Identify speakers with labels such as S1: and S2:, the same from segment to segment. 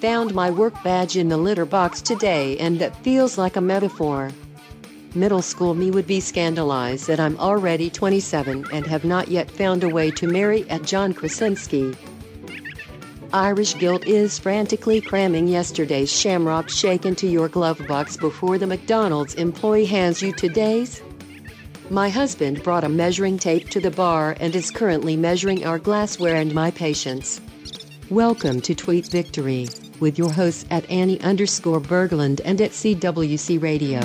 S1: Found my work badge in the litter box today, and that feels like a metaphor. Middle school me would be scandalized that I'm already 27 and have not yet found a way to marry at John Krasinski. Irish Guilt is frantically cramming yesterday's shamrock shake into your glove box before the McDonald's employee hands you today's. My husband brought a measuring tape to the bar and is currently measuring our glassware and my patience. Welcome to Tweet Victory with your hosts at Annie underscore Berglund and at CWC Radio.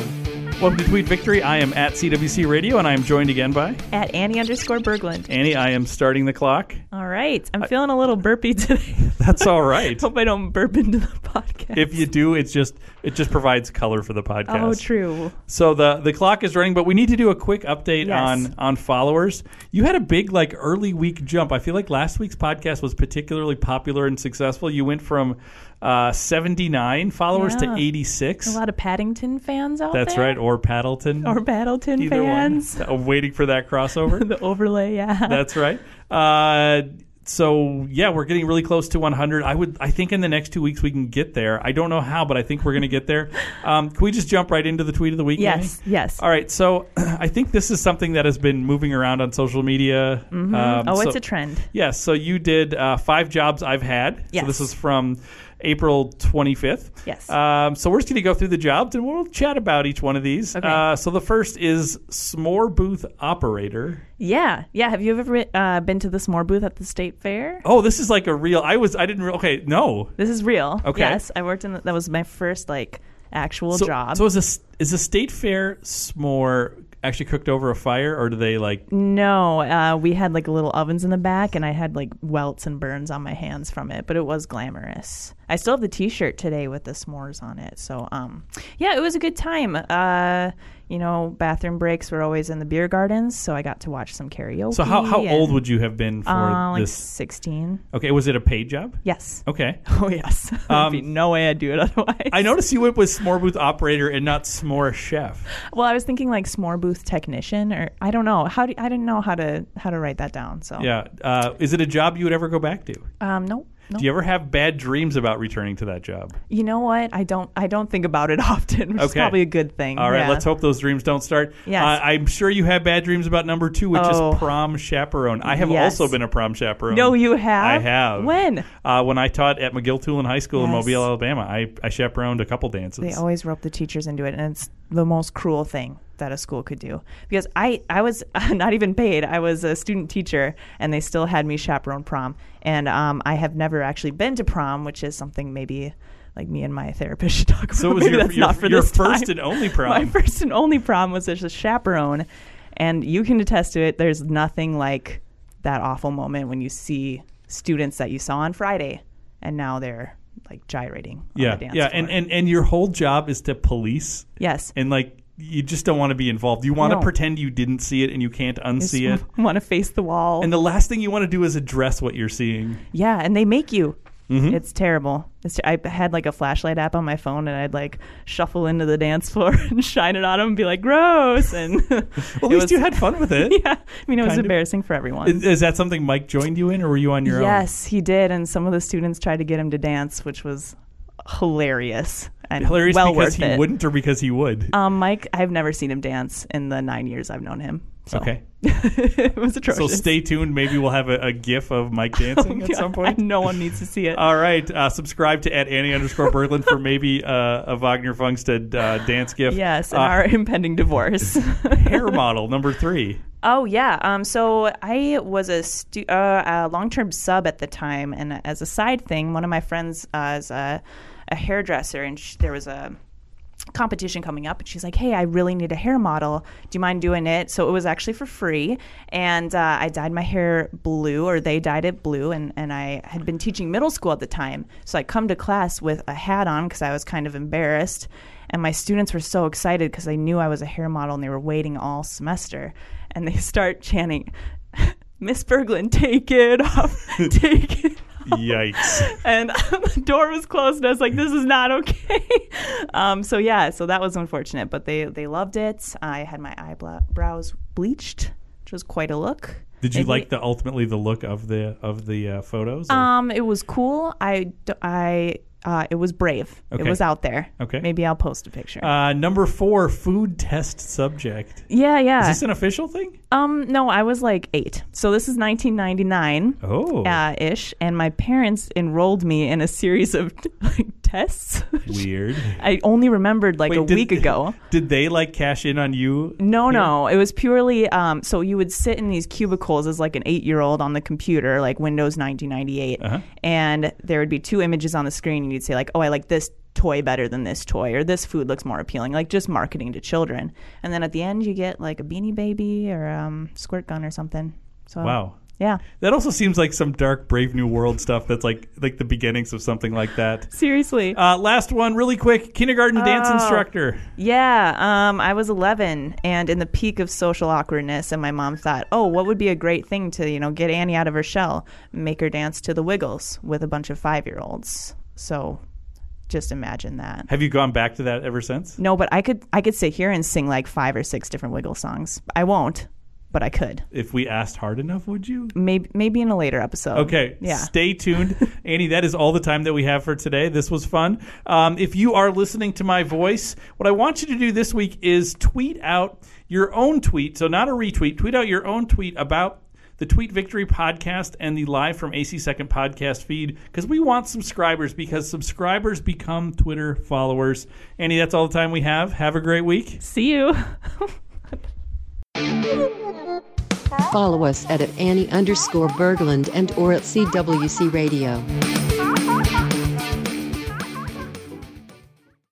S2: Welcome to Tweet Victory. I am at CWC Radio, and I am joined again by
S3: at Annie underscore Berglund.
S2: Annie. I am starting the clock.
S3: All right. I'm feeling a little burpy today.
S2: That's all right.
S3: Hope I don't burp into the podcast.
S2: if you do, it's just it just provides color for the podcast.
S3: oh, true.
S2: So the the clock is running, but we need to do a quick update
S3: Yes.
S2: on on followers. You had a big like early week jump. I feel like last week's podcast was particularly popular and successful. You went from uh, seventy nine followers to
S3: Yeah.
S2: eighty six.
S3: A lot of Paddington fans out
S2: That's
S3: there.
S2: right, or Paddleton,
S3: Or Paddington
S2: either
S3: fans.
S2: one. I'm waiting for that crossover.
S3: the overlay, yeah.
S2: That's right. Uh, so yeah, we're getting really close to 100. I would, I think, in the next two weeks we can get there. I don't know how, but I think we're going to get there. Um, can we just jump right into the tweet of the week?
S3: yes,
S2: Manny?
S3: yes.
S2: All right. So I think this is something that has been moving around on social media. Um,
S3: oh,
S2: so-
S3: it's a trend.
S2: Yes. So you did uh, five jobs I've had.
S3: Yes.
S2: So this is from April 25th.
S3: Yes.
S2: Um, so we're just going to go through the jobs and we'll chat about each one of these.
S3: Okay.
S2: Uh, so the first is s'more booth operator.
S3: Yeah, yeah. Have you ever uh, been to the s'more booth at the state fair?
S2: Oh, this is like a real. I was. I didn't. Re- okay, no.
S3: This is real.
S2: Okay.
S3: Yes, I worked in. The, that was my first like actual
S2: so,
S3: job.
S2: So is this is a state fair s'more actually cooked over a fire, or do they like?
S3: no, uh, we had like little ovens in the back, and I had like welts and burns on my hands from it. But it was glamorous. I still have the T-shirt today with the s'mores on it. So, um, yeah, it was a good time. Uh, you know, bathroom breaks were always in the beer gardens, so I got to watch some karaoke.
S2: So how how
S3: and,
S2: old would you have been for
S3: uh, like
S2: this?
S3: sixteen?
S2: Okay, was it a paid job?
S3: Yes.
S2: Okay, Um,
S3: Oh yes. There'd be no way I'd do it otherwise.
S2: I noticed you went with s'more booth operator and not s'more chef.
S3: Well, I was thinking like s'more booth technician, or I don't know how do I didn't know how to how to write that down. So
S2: Yeah, uh, is it a job you would ever go back to?
S3: um, no, no.
S2: Do you ever have bad dreams about returning to that job?
S3: You know what? I don't I don't think about it often, which is
S2: Okay.
S3: probably a good thing.
S2: All right,
S3: Yeah.
S2: let's hope those dreams don't start.
S3: Yes.
S2: Uh, I'm sure you have bad dreams about number two, which
S3: Oh.
S2: is prom chaperone. I have
S3: Yes.
S2: also been a prom chaperone.
S3: No, you have.
S2: I have.
S3: When
S2: Uh, when I taught at McGill Toolin High School in
S3: Yes.
S2: Mobile, Alabama, I, I chaperoned a couple dances.
S3: they always rope the teachers into it, and it's the most cruel thing that a school could do because I I was not even paid. I was a student teacher, and they still had me chaperone prom, and um, I have never actually been to prom, which is something maybe. Like me and my therapist should talk about.
S2: so it was
S3: Maybe
S2: your,
S3: that's
S2: your,
S3: not for
S2: your
S3: this
S2: first
S3: time.
S2: and only prom.
S3: My first and only prom was as a chaperone, and you can attest to it. There's nothing like that awful moment when you see students that you saw on Friday, and now they're like gyrating. on
S2: yeah,
S3: the dance
S2: yeah,
S3: floor.
S2: and, and and your whole job is to police
S3: yes,
S2: and like you just don't want to be involved. You want to
S3: No.
S2: pretend you didn't see it and you can't unsee it.
S3: want to face the wall.
S2: And the last thing you want to do is address what you're seeing.
S3: yeah, and they make you.
S2: Mm-hmm.
S3: It's terrible. It's ter- I had like a flashlight app on my phone, and I'd like shuffle into the dance floor and shine it on them and be like, "Gross!" And
S2: At least you had fun with it.
S3: yeah, I mean, it was
S2: Kind of.
S3: embarrassing for everyone.
S2: Is, is that something Mike joined you in, or were you on your own?
S3: Yes, he did, and some of the students tried to get him to dance, which was hilarious and
S2: Hilarious
S3: well
S2: because
S3: worth
S2: he
S3: it.
S2: wouldn't, or because he would.
S3: Um, Mike, I've never seen him dance in the nine years I've known him. So.
S2: Okay.
S3: it was
S2: So
S3: atrocious.
S2: stay tuned. Maybe we'll have a, a GIF of Mike
S3: Oh,
S2: dancing at some point.
S3: no one needs to see it.
S2: All right. Uh, subscribe to at Annie underscore Berglund for maybe uh, a Wagner Fungstead uh, dance gift.
S3: yes, and
S2: Uh,
S3: our impending divorce.
S2: hair model number three.
S3: Oh yeah. Um. So I was a, stu- uh, a long-term sub at the time, and as a side thing, one of my friends uh, is a, a hairdresser, and sh there was a competition coming up, and she's like, "Hey, I really need a hair model. Do you mind doing it?" So it was actually for free, and uh, I dyed my hair blue, or they dyed it blue, and and I had been teaching middle school at the time, so I come to class with a hat on because I was kind of embarrassed. And my students were so excited because they knew I was a hair model and they were waiting all semester. And they start chanting, Miss Berglund, take it off, take it
S2: Yikes.
S3: and the door was closed. And I was like, "This is not okay." um, so yeah, so that was unfortunate, but they they loved it. I had my eyebrows bleached, which was quite a look.
S2: Did you
S3: Maybe-
S2: like the ultimately the look of the of the uh, photos? or-
S3: Um, it was cool. I, d- I, uh, it was brave.
S2: Okay.
S3: It was out there.
S2: Okay.
S3: Maybe I'll post a picture.
S2: uh, number four, food test subject.
S3: yeah, yeah.
S2: Is this an official thing?
S3: um, no, I was like eight. So this is 1999.
S2: Oh,
S3: Uh, ish, and my parents enrolled me in a series of like tests.
S2: weird.
S3: I only remembered like
S2: Wait,
S3: a
S2: did-
S3: week ago.
S2: Did they like cash in on you?
S3: No, no. It was purely um, so you would sit in these cubicles as like an eight year old on the computer, like Windows 1998,
S2: Uh-huh.
S3: and there would be two images on the screen, and you'd say, like, oh, I like this toy better than this toy, or this food looks more appealing, like just marketing to children. And then at the end, you get like a beanie baby or um, squirt gun or something. So,
S2: Wow.
S3: Yeah.
S2: That also seems like some dark Brave New World stuff. That's like like the beginnings of something like that.
S3: Seriously.
S2: Uh, last one, really quick. Kindergarten dance instructor.
S3: Yeah, um, I was 11 and in the peak of social awkwardness, and my mom thought, "Oh, what would be a great thing to you know get Annie out of her shell, make her dance to the Wiggles with a bunch of five-year-olds." So, just imagine that.
S2: Have you gone back to that ever since?
S3: No, but I could I could sit here and sing like five or six different Wiggle songs. I won't, but I could.
S2: If we asked hard enough, would you?
S3: Maybe maybe in a later episode.
S2: Okay.
S3: Um, Yeah.
S2: Stay tuned. Annie, that is all the time that we have for today. This was fun. Um, if you are listening to my voice, what I want you to do this week is tweet out your own tweet. So, not a retweet, tweet out your own tweet about the Tweet Victory podcast and the live from AC Second podcast feed because we want subscribers because subscribers become Twitter followers. Annie, that's all the time we have. Have a great week.
S3: See you.
S1: Follow us at, at Annie underscore Berglund and or at CWC Radio.